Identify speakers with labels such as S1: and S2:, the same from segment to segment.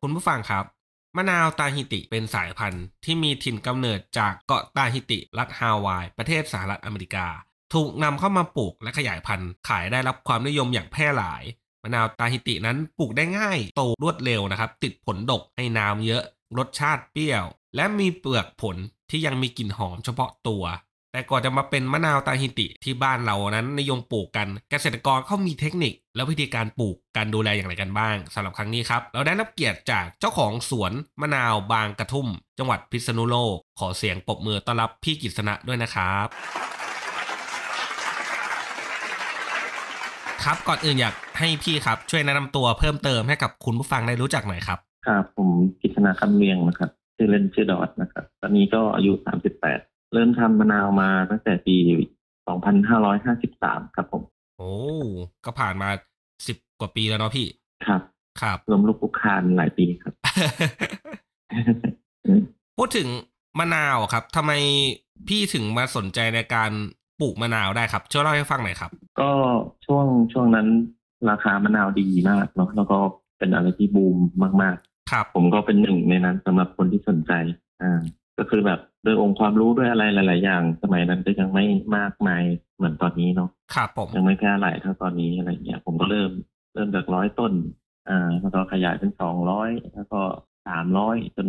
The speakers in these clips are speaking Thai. S1: คุณผู้ฟังครับ มะนาวตาฮิติเป็นสายพันธุ์ที่มีถิ่นกำเนิดจากเกาะตาฮิติรัฐฮาวาย ประเทศสหรัฐอเมริกา ถูกนำเข้ามาปลูกและขยายพันธุ์ ขายได้รับความนิยมอย่างแพร่หลาย มะนาวตาฮิตินั้นปลูกได้ง่ายโตรวดเร็วนะครับ ติดผลดกให้น้ำเยอะ รสชาติเปรี้ยว และมีเปลือกผลที่ยังมีกลิ่นหอมเฉพาะตัว แต่ก่อนจะมาเป็นมะนาวตาฮิติที่บ้านเรานั้นนิยมปลูกกัน เกษตรกรเขามีเทคนิค และวิธีการปลูกการดูแลอย่างไรกันบ้างสำหรับครั้งนี้ครับ เราได้รับเกียรติจากเจ้าของสวนมะนาวบางกระทุ่ม จังหวัดพิษณุโลก ขอเสียงปรบมือต้อนรับพี่กิษณะด้วยนะครับ ครับก่อนอื่นอยากให้พี่ครับ ช่วยแนะนำตัวเพิ่มเติมให้กับคุณผู้ฟังได้รู้จักหน่อยครับ
S2: ครับผมกิษณาคำเมียงนะครับชื่อเล่นชื่อดอทนะครับ ตอนนี้ก็อายุ 38 เริ่มทำมะนาวมาตั้งแต่ปี 2553 ครับผม
S1: โอ้ก็ผ่านมาสิบกว่าปีแล้วเนาะพี่
S2: ครับ
S1: ครับ
S2: รวมลูกคุกคานหลายปีครับ
S1: พูดถึงมะนาวอะครับทำไมพี่ถึงมาสนใจในการปลูกมะนาวได้ครับช่วยเล่าให้ฟังหน่อยครับ
S2: ก็ช่วงช่วงนั้นราคามะนาวดีมากเนาะแล้วก็เป็นอะไรที่บูมมาก
S1: ครับ
S2: ๆ ผมก็เป็นหนึ่งในนั้นสำหรับคนที่สนใจอ่าก็คือแบบด้วยองค์ความรู้ด้วยอะไรหลาย ๆ อย่าง สมัยนั้นก็ยังไม่มากมายเหมือนตอนนี้เนาะ
S1: ครับผม
S2: ยังไม่แพร่หลายเท่าตอนนี้อะไรเงี้ยผมก็เริ่มเริ่มจากร้อยต้น อ่าแล้วก็ขยายเป็นสองร้อยแล้วก็สามร้อยจน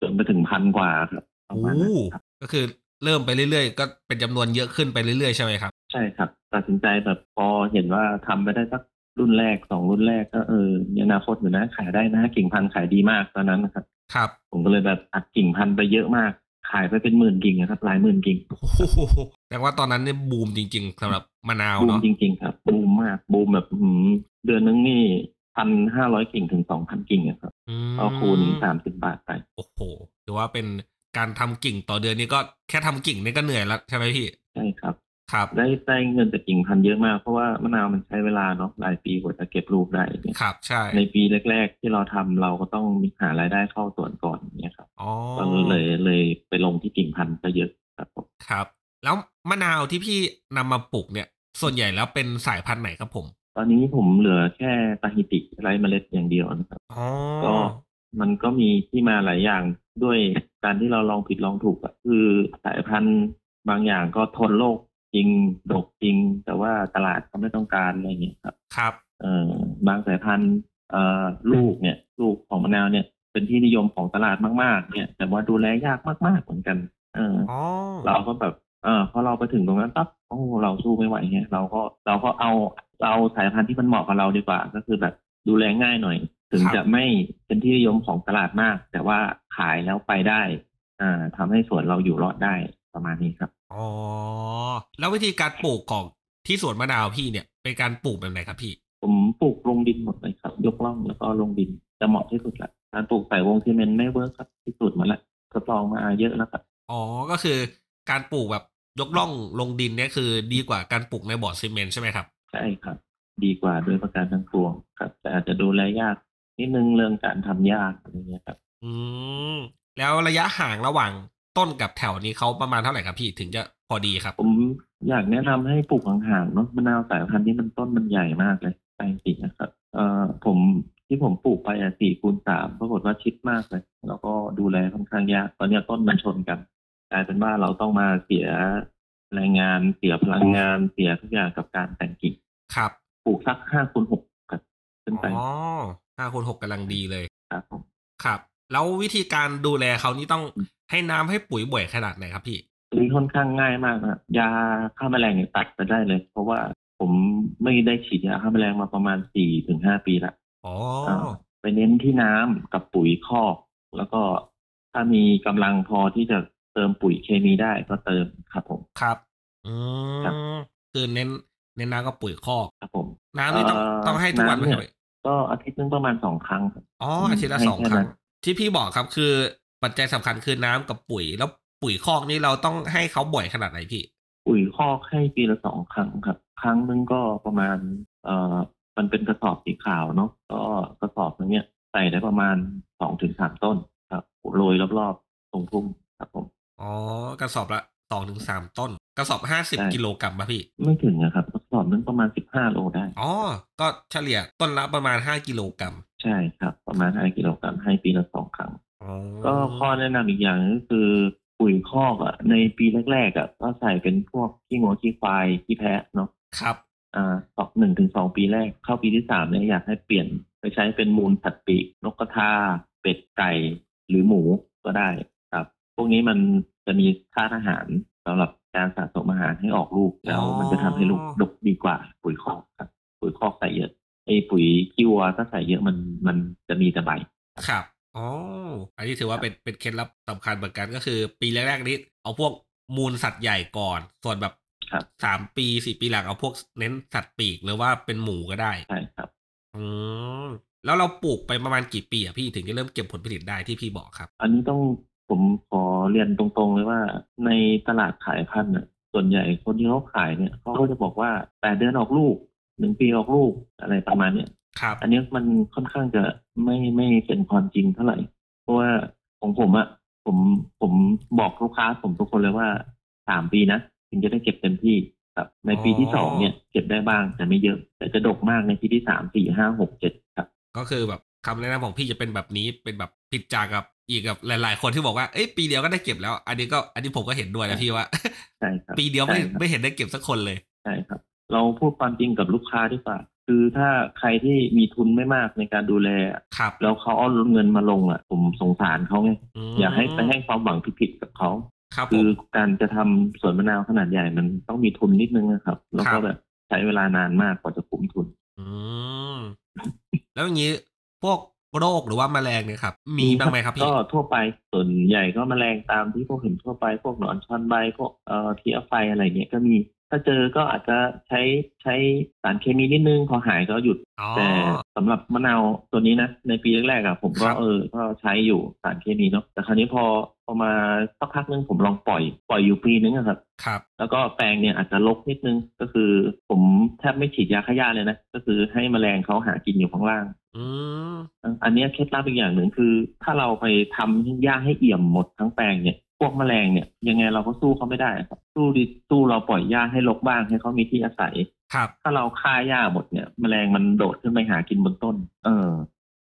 S2: จนไปถึงพันกว่าครับประ
S1: โอ้
S2: มาณนั้นครับ
S1: ก็คือเริ่มไปเรื่อยๆ ก็เป็นจำนวนเยอะขึ้นไปเรื่อยๆ ใช่ไหมครับ
S2: ใช่ครับ ตัดสินใจแบบพอเห็นว่าทำไปได้สักรุ่นแรกสองรุ่นแรกก็เออมีอนาคตอยู่นะขายได้นะกิ่งพันธุ์ขายดีมากตอนนั้นนะครับ
S1: ครับ
S2: ผมก็เลยแบบอัดกิ่งพันธุ์ไปเยอะมาก ขายไปเป็นหมื่นกิ่งนะครับหลายหมื่นกิ่ง
S1: โอ้โหแต่ว่าตอนนั้นเนี่ยบูมจริงๆสำหรับมะนาว
S2: บูม
S1: เนาะ
S2: จริง ๆ ครับบูมมากบูมแบบอื้อหือเดือนนึงนี่พันห้าร้อยกิ่งถึงสองพันกิ่งอะครับ
S1: อืม
S2: ก็คูณสามสิบบาทไป
S1: โอ้โหถือว่าเป็นการทำกิ่งต่อเดือนนี่ก็แค่ทำกิ่งนี่ก็เหนื่อยแล้วใช่ไหมพี่
S2: ใช่ครับ
S1: ครับ
S2: ได้ได้เงินจากกิ่งพันธุ์เยอะมาก เพราะว่ามะนาวมันใช้เวลาเนาะหลายปีกว่าจะเก็บลูกได้เนี่ย
S1: ครับ ใช่
S2: ในปีแรก ๆ ที่เราทำเราก็ต้องมีหารายได้เข้าส่วนก่อนเนี่ยครับ
S1: อ๋อ
S2: ก็เลยเลยไปลงที่กิ่งพันธุ์ก็เยอะครับผม
S1: ครับ แล้วมะนาวที่พี่นำมาปลูกเนี่ย ส่วนใหญ่แล้วเป็นสายพันธุ์ไหนครับผม
S2: ตอนนี้ผมเหลือแค่ตาฮิติไร้เมล็ดอย่างเดียวนะครับ
S1: อ๋อ
S2: ก็มันก็มีที่มาหลายอย่างด้วยการที่เราลองผิดลองถูกอะคือสายพันธุ์บางอย่างก็ทนโรคจริงดกจริง แต่ว่าตลาดเขาไม่ต้องการอะไรอย่างเงี้ยครับ
S1: ครับ
S2: เอ่อบางสายพันธุ์เอ่อลูกเนี่ย ลูกของมะนาวเนี่ย เป็นที่นิยมของตลาดมากๆ เนี่ย แต่ว่าดูแลยากมากๆเหมือนกัน เออ
S1: อ๋อ
S2: เราก็แบบ เออพอเราไปถึงตรงนั้นปั๊บโอ้เราสู้ไม่ไหวเนี่ยเราก็เราก็เอาเอาสายพันธุ์ที่มันเหมาะกับเราดีกว่า ก็คือแบบดูแลง่ายหน่อย ถึงจะไม่เป็นที่นิยมของตลาดมาก แต่ว่าขายแล้วไปได้ อ่าทำให้สวนเราอยู่รอดได้ประมาณนี้ครับ
S1: อ๋อ แล้ววิธีการปลูกของที่สวนมะนาวพี่เนี่ย เป็นการปลูกแบบไหนครับพี่
S2: ผมปลูกลงดินหมดเลยครับ ยกล่องแล้วก็ลงดินจะเหมาะที่สุดละการปลูกใส่วงซีเมนต์ไม่เวิร์คครับที่สุดมาละทดลองมาเยอะแล้วครับ
S1: อ๋อ ก็คือการปลูกแบบยกล่องลงดินเนี่ยคือดีกว่าการปลูกในบ่อซีเมนต์ใช่ไหมครับ
S2: ใช่ครับ ดีกว่าด้วยประการทั้งปวงครับ แต่อาจจะดูแลยากนิดนึงเรื่องการทำยากอะไรเงี้ยครับ
S1: อืม แล้วระยะห่างระหว่างต้นกับแถวนี้เขาประมาณเท่าไหร่ครับพี่ถึงจะพอดีครับ
S2: ผมอยากแนะนำให้ปลูกห่างๆเนาะมะนาวสายพันธุ์นี้มันต้นมันใหญ่มากเลยแปลงสีนะครับเอ่อผมที่ผมปลูกไปอ่ะสี่คูณสามปรากฏว่าชิดมากเลย แล้วก็ดูแลค่อนข้างยาก ตอนเนี้ยต้นมันชนกันกลายเป็นว่าเราต้องมาเสียแรงงานเสียพลังงานเสียทุกอย่างกับการแต่งกิ่ง
S1: ครับ
S2: ปลูกสักห้าคูณหกครับขึ้นไป
S1: อ๋อห้าคูณหกกำลังดีเลย
S2: ครับผม
S1: ครับ แล้ววิธีการดูแลเขานี่ต้อง
S2: อืม
S1: ให้น้ำให้ปุ๋ยบ่อยขนาดไหนครับพี่
S2: นี่ค่อนข้างง่ายมากนะยาฆ่าแมลงเนี่ยตัดไปได้เลย เพราะว่าผมไม่ได้ฉีดยาฆ่าแมลงมาประมาณสี่ถึงห้าปีละ
S1: อ๋อ
S2: อ่า ไป เน้นที่น้ำกับปุ๋ยคอก แล้วก็ถ้ามีกำลังพอที่จะเติมปุ๋ยเคมีได้ก็เติมครับผม
S1: ครับอื
S2: ครับ
S1: มคือเน้น เน้นน้ำก็ปุ๋ยคอก
S2: ครับผม
S1: น้ำนี่ต้อง
S2: เอ่อ
S1: ต้องให้ทุกวันไหม
S2: น้ำเนี่ย
S1: ครับ
S2: ก็อาทิตย์นึงประมาณสองครั้งครับ
S1: อ๋ออาทิตย์ละ
S2: ให้
S1: สอง
S2: แค่
S1: ครั้
S2: นั้
S1: ง
S2: น
S1: ที่พี่บอกครับคือปัจจัยสำคัญคือน้ำกับปุ๋ย แล้วปุ๋ยคอกนี่เราต้องให้เขาบ่อยขนาดไหนพี่
S2: ปุ๋ยคอกให้ปีละสองครั้งครับ ครั้งหนึงก็ประมาณ เอ่อมันเป็นกระสอบสีขาวเนาะก็กระสอบนึงเนี่ยใส่ได้ประมาณสองถึงสามต้นครับโรยรอบๆตรงทุ่งครับผม
S1: อ๋อกระสอบละสองถึงสามต้น กระสอบห้าสิบ
S2: ใช่
S1: กิโลกรัมป่ะพี่
S2: ไม่ถึงนะครับกระสอบนึงประมาณสิบห้าโลได้
S1: อ๋อ ก็เฉลี่ยต้นละประมาณห้ากิโลกรัม
S2: ใช่ครับ ประมาณห้ากิโลกรัมให้ปีละสองครั้ง
S1: อ๋อ
S2: ก็ข้อแนะนำอีกอย่างก็คือปุ๋ยคอกอ่ะในปีแรกๆอ่ะก็ใส่เป็นพวกขี้งัวขี้ควายขี้แพะเนาะ
S1: ครับ
S2: อ่าสองหนึ่งถึงสองปีแรกเข้าปีที่สามเนี่ยอยากให้เปลี่ยนไปใช้เป็นมูลสัตว์ปีกนกกระทา เป็ดไก่หรือหมูก็ได้ครับ พวกนี้มันจะมีธาตุอาหารสำหรับการสะสมอาหารให้ออกลูกแล้ว
S1: อ๋อ
S2: มันจะทำให้ลูกดกดีกว่า ปุ๋ยคอกครับ ปุ๋ยคอกใส่เยอะไอ้ปุ๋ยขี้วัวถ้าใส่เยอะมันมันจะมีแต่ใบ
S1: ครับ อ๋อ อันนี้ถือว่าเป็นเป็นเคล็ดลับสำคัญเหมือนกันก็คือ ปีแรกๆนี้เอาพวกมูลสัตว์ใหญ่ก่อน ส่วนแบบ
S2: ครับ
S1: สามปีสี่ปีหลังเอาพวกเน้นสัตว์ปีกหรือว่าเป็นหมูก็ได้
S2: ใช่ครับ
S1: อืม แล้วเราปลูกไปประมาณกี่ปีอะพี่ถึงจะเริ่มเก็บผลผลิตได้ที่พี่บอกครับ
S2: อันนี้ต้องผมขอเรียนตรงๆเลยว่าในตลาดขายพันธุ์น่ะส่วนใหญ่คนที่เขาขายเนี่ยเขาก็จะบอกว่าแปดเดือนออกลูกหนึ่งปีออกลูกอะไรประมาณเนี่ย
S1: ครับ
S2: อันนี้มันค่อนข้างจะไม่ไม่เป็นความจริงเท่าไหร่ เพราะว่าของผมอะผมผมบอกลูกค้าผมทุกคนเลยว่าสามปีนะถึงจะได้เก็บเต็มที่ครับในปีที่
S1: อ๋อ
S2: สองเนี่ยเก็บได้บ้างแต่ไม่เยอะ แต่จะดกมากในปีที่สามสี่ห้าหกเจ็ดครับ
S1: ก็คือแบบคำแนะนำของพี่จะเป็นแบบนี้เป็นแบบผิดจากกับอีกกับหลาย ๆ คนที่บอกว่าเอ้ยปีเดียวก็ได้เก็บแล้ว อันนี้ก็อันนี้ผมก็เห็นด้วยนะพี่ว่า
S2: ใช่ครับ
S1: ปีเดียวไม่
S2: ใช่ครับ
S1: ไม่เห็นได้เก็บสักคนเลย
S2: ใช่ครับ เราพูดความจริงกับลูกค้าดีกว่า คือถ้าใครที่มีทุนไม่มากในการดูแล
S1: ครับ
S2: แล้วเขาเอาเงินมาลงอะผมสงสารเขาไง
S1: ม
S2: อย่าให้ไปให้ความหวังผิดๆกับเขา
S1: ครับผ
S2: คือ
S1: ม
S2: การจะทำสวนมะนาวขนาดใหญ่มันต้องมีทุนนิดนึงนะครับ แล้ว
S1: ครั
S2: ก็
S1: บ
S2: แบบใช้เวลานานมากกว่าจะคุ้มทุน
S1: อืมแล้วอย่างนี้พวกโรคหรือว่าแมลงเนี่ยครับ มีบ้างไหมครับพี่
S2: ก็ทั่วไปส่วนใหญ่ก็แมลงตามที่พวกเห็นทั่วไปพวกหนอนชอนใบพวกเอ่อที่เอาไฟอะไรเงี้ยก็มี ถ้าเจอก็อาจจะใช้ใช้สารเคมีนิดนึงพอหายก็หยุด
S1: อ๋อ
S2: แต่สำหรับมะนาวตัวนี้นะในปีแรกๆอะผมก็
S1: ครับ
S2: เออก็ใช้อยู่สารเคมีเนาะแต่คราวนี้พอพอมาสักพักนึงผมลองปล่อยปล่อยอยู่ปีนึงอะครับ
S1: ครับ
S2: แล้วก็แปลงเนี่ยอาจจะลกนิดนึงก็คือผมแทบไม่ฉีดยาฆ่าหญ้าเลยนะ ก็คือให้แมลงเขาหากินอยู่ข้างล่าง
S1: อืม
S2: อันเนี้ยเคล็ดลับอีกอย่างหนึ่งคือ ถ้าเราไปทำให้หญ้าให้เอี่ยมหมดทั้งแปลงเนี่ย พวกแมลงเนี่ยยังไงเราก็สู้เขาไม่ได้ครับสู้ดิสู้เราปล่อยหญ้าให้รกบ้างให้เขามีที่อาศัย
S1: ครับ
S2: ถ้าเราฆ่าหญ้าหมดเนี่ย แมลงมันโดดขึ้นไปหากินบนต้น เออ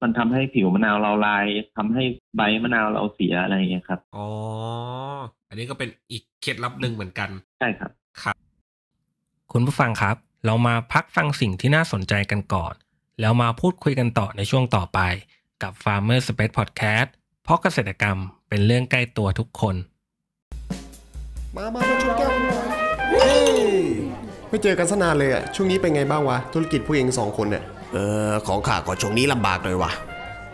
S2: มันทำให้ผิวมะนาวเราลายทำให้ใบมะนาวเราเสียอะไรอย่างเงี้ยครับ
S1: อ๋อ อันนี้ก็เป็นอีกเคล็ดลับหนึ่งเหมือนกัน
S2: ใช่ครับ
S3: คุณผู้ฟังครับ เรามาพักฟังสิ่งที่น่าสนใจกันก่อน แล้วมาพูดคุยกันต่อในช่วงต่อไป กับ Farmer Space Podcast เพราะเกษตรกรรมเป็นเรื่องใกล้ตัวทุกคน
S4: มามามาชนแก้วกันหน่อยเฮ้ยไม่เจอกันสนานเลยอะช่วงนี้เป็นไงบ้างวะ ธุรกิจผู้เองสองคนเนี่ย
S5: เออของข้าก็ช่วงนี้ลำบากเลยว่ะ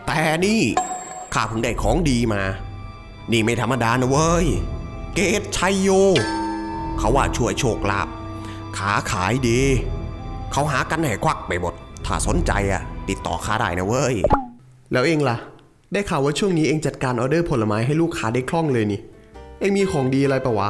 S5: แต่นี่ข้าเพิ่งได้ของดีมา นี่ไม่ธรรมดานะเว้ย เกตชัยโย เขาว่าช่วยโชคลาภขาขายดี เขาหากันแห่ควักไปหมด ถ้าสนใจอะติดต่อข้าได้นะเว้ย
S4: แล้วเองล่ะ ได้ข่าวว่าช่วงนี้เองจัดการออเดอร์ผลไม้ให้ลูกค้าได้คล่องเลยนี่ เองมีของดีอะไรปะวะ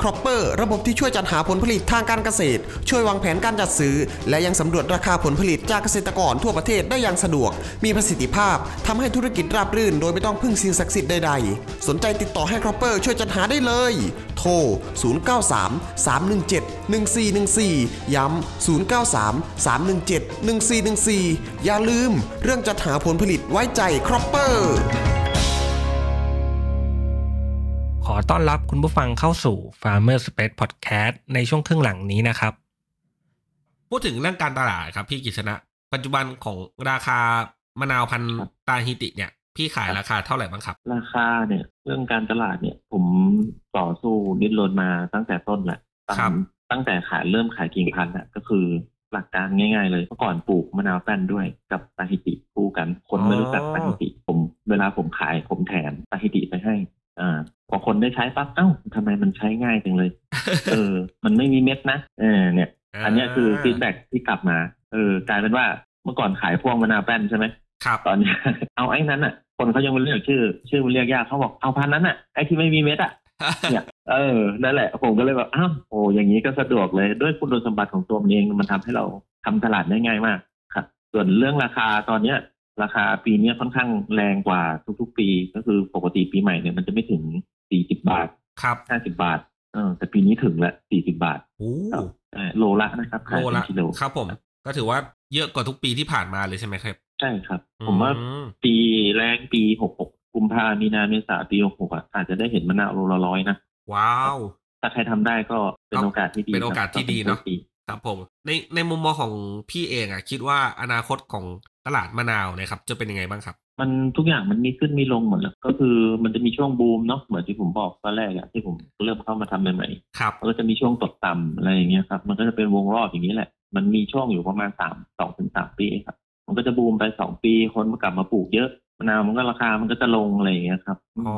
S6: ครอปเปอร์ระบบที่ช่วยจัดหาผลผลิตทางการเกษตร ช่วยวางแผนการจัดซื้อ และยังสำรวจราคาผลผลิตจากเกษตรกรทั่วประเทศได้อย่างสะดวก มีประสิทธิภาพทำให้ธุรกิจราบรื่น โดยไม่ต้องพึ่งสิ่งศักดิ์สิทธิ์ใดๆ สนใจติดต่อให้ครอปเปอร์ช่วยจัดหาได้เลย โทร 0 9 3 3 1 7 1 4 1 4 ย้ำ 0 9 3 3 1 7 1 4 1 4 อย่าลืม เรื่องจัดหาผลผลิตไว้ใจครอปเปอร์
S3: ขอต้อนรับคุณผู้ฟังเข้าสู่ Farmer Space Podcast ในช่วงครึ่งหลังนี้นะครับ
S1: พูดถึงเรื่องการตลาดครับพี่กิษณะปัจจุบันของราคามะนาวพันธุ์ตาฮิติเนี่ย พี่ขายราคาเท่าไหร่บ้างครับ
S2: ราคาเนี่ย เรื่องการตลาดเนี่ย ผมต่อสู้ดิ้นรนมาตั้งแต่ต้นแหละตาม
S1: ครับ
S2: ตั้งแต่ขายเริ่มขายกิ่งพันธุ์แหละก็คือหลักการง่าย ๆ เลยเมื่อก่อนปลูกมะนาวแป้นด้วยกับตาฮิติคู่กัน คนไม่รู้จักตาฮิติ ผมเวลาผมขายผมแถมตาฮิติไปให้ อ่า พอคนได้ใช้ปั๊บเอ้าทำไมมันใช้ง่ายจัง เลย เออ มันไม่มีเม็ดนะเออเนี่ย อันเนี้ยคือฟีดแบ็ที่กลับมา เออกลายเป็นว่าเมื่อก่อนขายพวงมะนาวแป้นใช่ไหม
S1: ครับ
S2: ตอน เนี้ย เอาไอ้นั้นอ่ะ คนเขายังไม่เรียกชื่อ ชื่อมันเรียกยากเขาบอกเอาพันนั้นอ่ะไอ้ที่ไม่มีเม็ดอ่ะ เนี่ยเออนั่นแหละ ผมก็เลยแบบอ้าวโอ้อย่างนี้ก็สะดวกเลยด้วยคุณสมบัติของตัวมันเองมันทำให้เราทำตลาดได้ง่ายมากครับ ส่วนเรื่องราคาตอนเนี้ย ราคาปีเนี้ยค่อนข้างแรงกว่าทุกๆ ปีก็คือปกติปีใหม่เนี่ยมันจะไม่ถึงสี่สิบบาท
S1: ครับ
S2: ห้าสิบบาทเออแต่ปีนี้ถึงละสี่สิบาท
S1: โอ้
S2: เออโลละนะครับขาย
S1: โล
S2: เป็
S1: ละ
S2: นกิโล
S1: ครับผม ก็ถือว่าเยอะกว่าทุกปีที่ผ่านมาเลยใช่ไหมครับ
S2: ใช่ครับ ผมว่า
S1: อืม
S2: ปีแรกปีหกหกกุมภามีนาเมษาปีหกหกอ่ะอาจจะได้เห็นมะนาวโลละร้อยนะ
S1: ว้าว
S2: ถ้าใครทำได้ก็เป็นโอกาสที่ดี
S1: เป็นโอกาสที่ดีเนอะ
S2: ครับ
S1: ครับผมในในมุมมองของพี่เองอ่ะ คิดว่าอนาคตของตลาดมะนาวเนะครับ จะเป็นยังไงบ้างครับ
S2: มันทุกอย่างมันมีขึ้นมีลงหมดแหล้วก็คือมันจะมีช่วงบูมเนาะเหมือนที่ผมบอกตอนแรกอะที่ผมเริ่มเข้ามาทำใหม่
S1: ครับ
S2: ๆมันก็จะมีช่วงตกต่ำอะไรอย่างเงี้ยครับ มันก็จะเป็นวงรอบอย่างนี้แหละ มันมีช่วงอยู่ประมาณสามสองถึงสามปีครับ มันก็จะบูมไปสองปีคนมันกลับมาปลูกเยอะมะนาวมันก็ราคามันก็จะลงอะไรอย่างเงี้ยครับ
S1: อ๋อ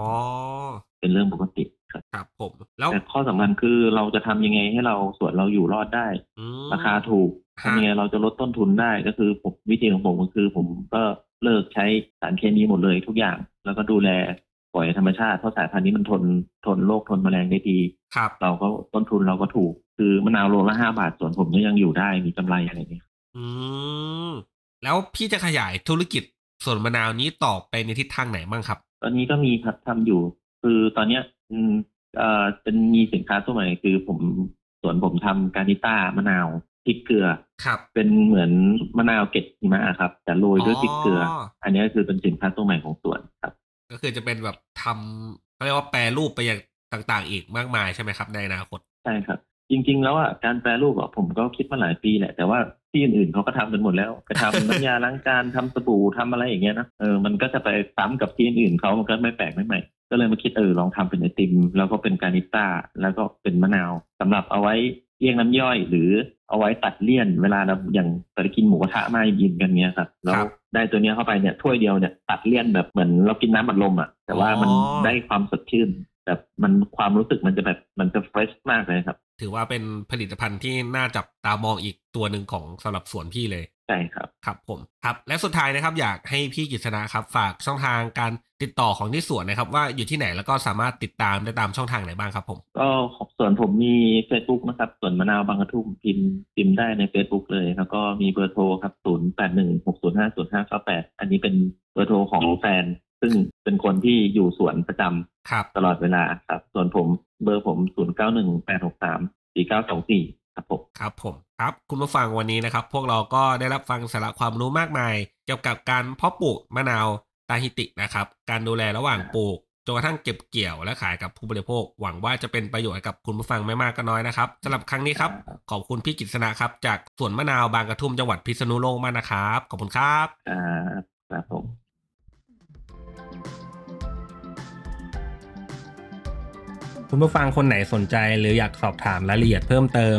S2: เป็นเรื่องปกติครับ
S1: ครับผมแล้ว
S2: แต่ข้อสำคัญคือเราจะทำยังไงให้เราสวนเราอยู่รอดได้
S1: อืม
S2: ราคาถูก
S1: ฮะ
S2: ทำยังไงเราจะลดต้นทุนได้ก็คือผมวิธีของผมก็คือ ผมก็เลิกใช้สารเคมีหมดเลยทุกอย่าง แล้วก็ดูแลปล่อยธรรมชาติเพราะสายพันธุ์นี้มันทนทนโรคทนแมลงได้ดี
S1: ครับ
S2: เราก็ต้นทุนเราก็ถูก คือมะนาวโลละห้าบาทส่วนผมก็ยังอยู่ได้มีกำไรอะไรอย่างเงี้ย
S1: อืมแล้วพี่จะขยายธุรกิจสวนมะนาวนี้ต่อไปในทิศทางไหนบ้างครับ
S2: ตอนนี้ก็มีครับทำอยู่ คือตอนเนี้ยอืมเอ่อเป็นมีสินค้าตัวใหม่คือผมสวนผมทำการนิต้ามะนาวพริกเกลือ
S1: ครับ
S2: เป็นเหมือนมะนาวเกล็ดหิมะครับ แต่โรยด้วยพริกเกลืออ
S1: อ
S2: อันนี้ก็คือเป็นสินค้าตัวใหม่ของสวนครับ
S1: ก็คือจะเป็นแบบทำเขาเรียกว่าแปรรูปไปอย่างต่างๆ อีกมากมายใช่ไหมครับในอนาคต
S2: ใช่ครับ จริง ๆ แล้วอ่ะการแปรรูปอ่ะผมก็คิดมาหลายปีแหละ แต่ว่าที่อื่นๆเขาก็ทำกันหมดแล้วไปทำ น้ำยาล้างจาน ทำสบู่ทำอะไรอย่างเงี้ยนะเออมันก็จะไปซ้ำกับที่อื่นๆเขามันก็ไม่แปลกไม่ใหม่ ก็เลยมาคิดเออลองทำเป็นไอติม แล้วก็เป็นการิต้าแล้วก็เป็นมะนาวสำหรับเอาไว้เลี่ยงน้ำย่อย หรือเอาไว้ตัดเลี่ยนเวลาเราอย่างไปกินหมูกระทะมายินกันเนี้ยครับแล้
S1: ครั
S2: ว
S1: บ
S2: ได้ตัวเนี้ยเข้าไปเนี่ยถ้วยเดียวเนี่ยตัดเลี่ยนแบบเหมือนเรากินน้ำบัดลมอ่ะแต่ว่ามัน
S1: อ๋อ
S2: ได้ความสดชื่นแบบมันความรู้สึกมันจะแบบมันจะเฟรชมากเลยครับ
S1: ถือว่าเป็นผลิตภัณฑ์ที่น่าจับตามองอีกตัวหนึ่งของสำหรับสวนพี่เลย
S2: ใช่ครับ
S1: ครับผมครับ และสุดท้ายนะครับ อยากให้พี่กิษณะครับ ฝากช่องทางการติดต่อของที่สวนนะครับ ว่าอยู่ที่ไหนแล้วก็สามารถติดตามได้ตามช่องทางไหนบ้างครับผม
S2: ก็ของส่วนผมมี Facebook นะครับส่วนมะนาวบางกระทุ่มพิมพ์พิมพ์ได้ใน Facebook เลย แล้วก็มีเบอร์โทรครับ 0816050598 อันนี้เป็นเบอร์โทรของแฟน ซึ่งเป็นคนที่อยู่สวนประจำ
S1: ครับ
S2: ตลอดเวลาครับ ส่วนผมเบอร์ผม 0918634924 ครับผม
S1: ครับผมครับคุณผู้ฟังวันนี้นะครับ พวกเราก็ได้รับฟังสาระความรู้มากมาย เกี่ยวกับการเพาะปลูกมะนาวตาฮิตินะครับ การดูแลระหว่างปลูกจนกระทั่งเก็บเกี่ยวและขายกับผู้บริโภค หวังว่าจะเป็นประโยชน์กับคุณผู้ฟังไม่มากก็น้อยนะครับสำหรับครั้งนี้ครับขอบคุณพี่กิษณะครับจากสวนมะนาวบางกระทุ่มจังหวัดพิษณุโลกมากนะครับขอบคุณครับ
S2: ครับครับผม
S3: คุณผู้ฟังคนไหนสนใจหรืออยากสอบถามรายละเอียดเพิ่มเติม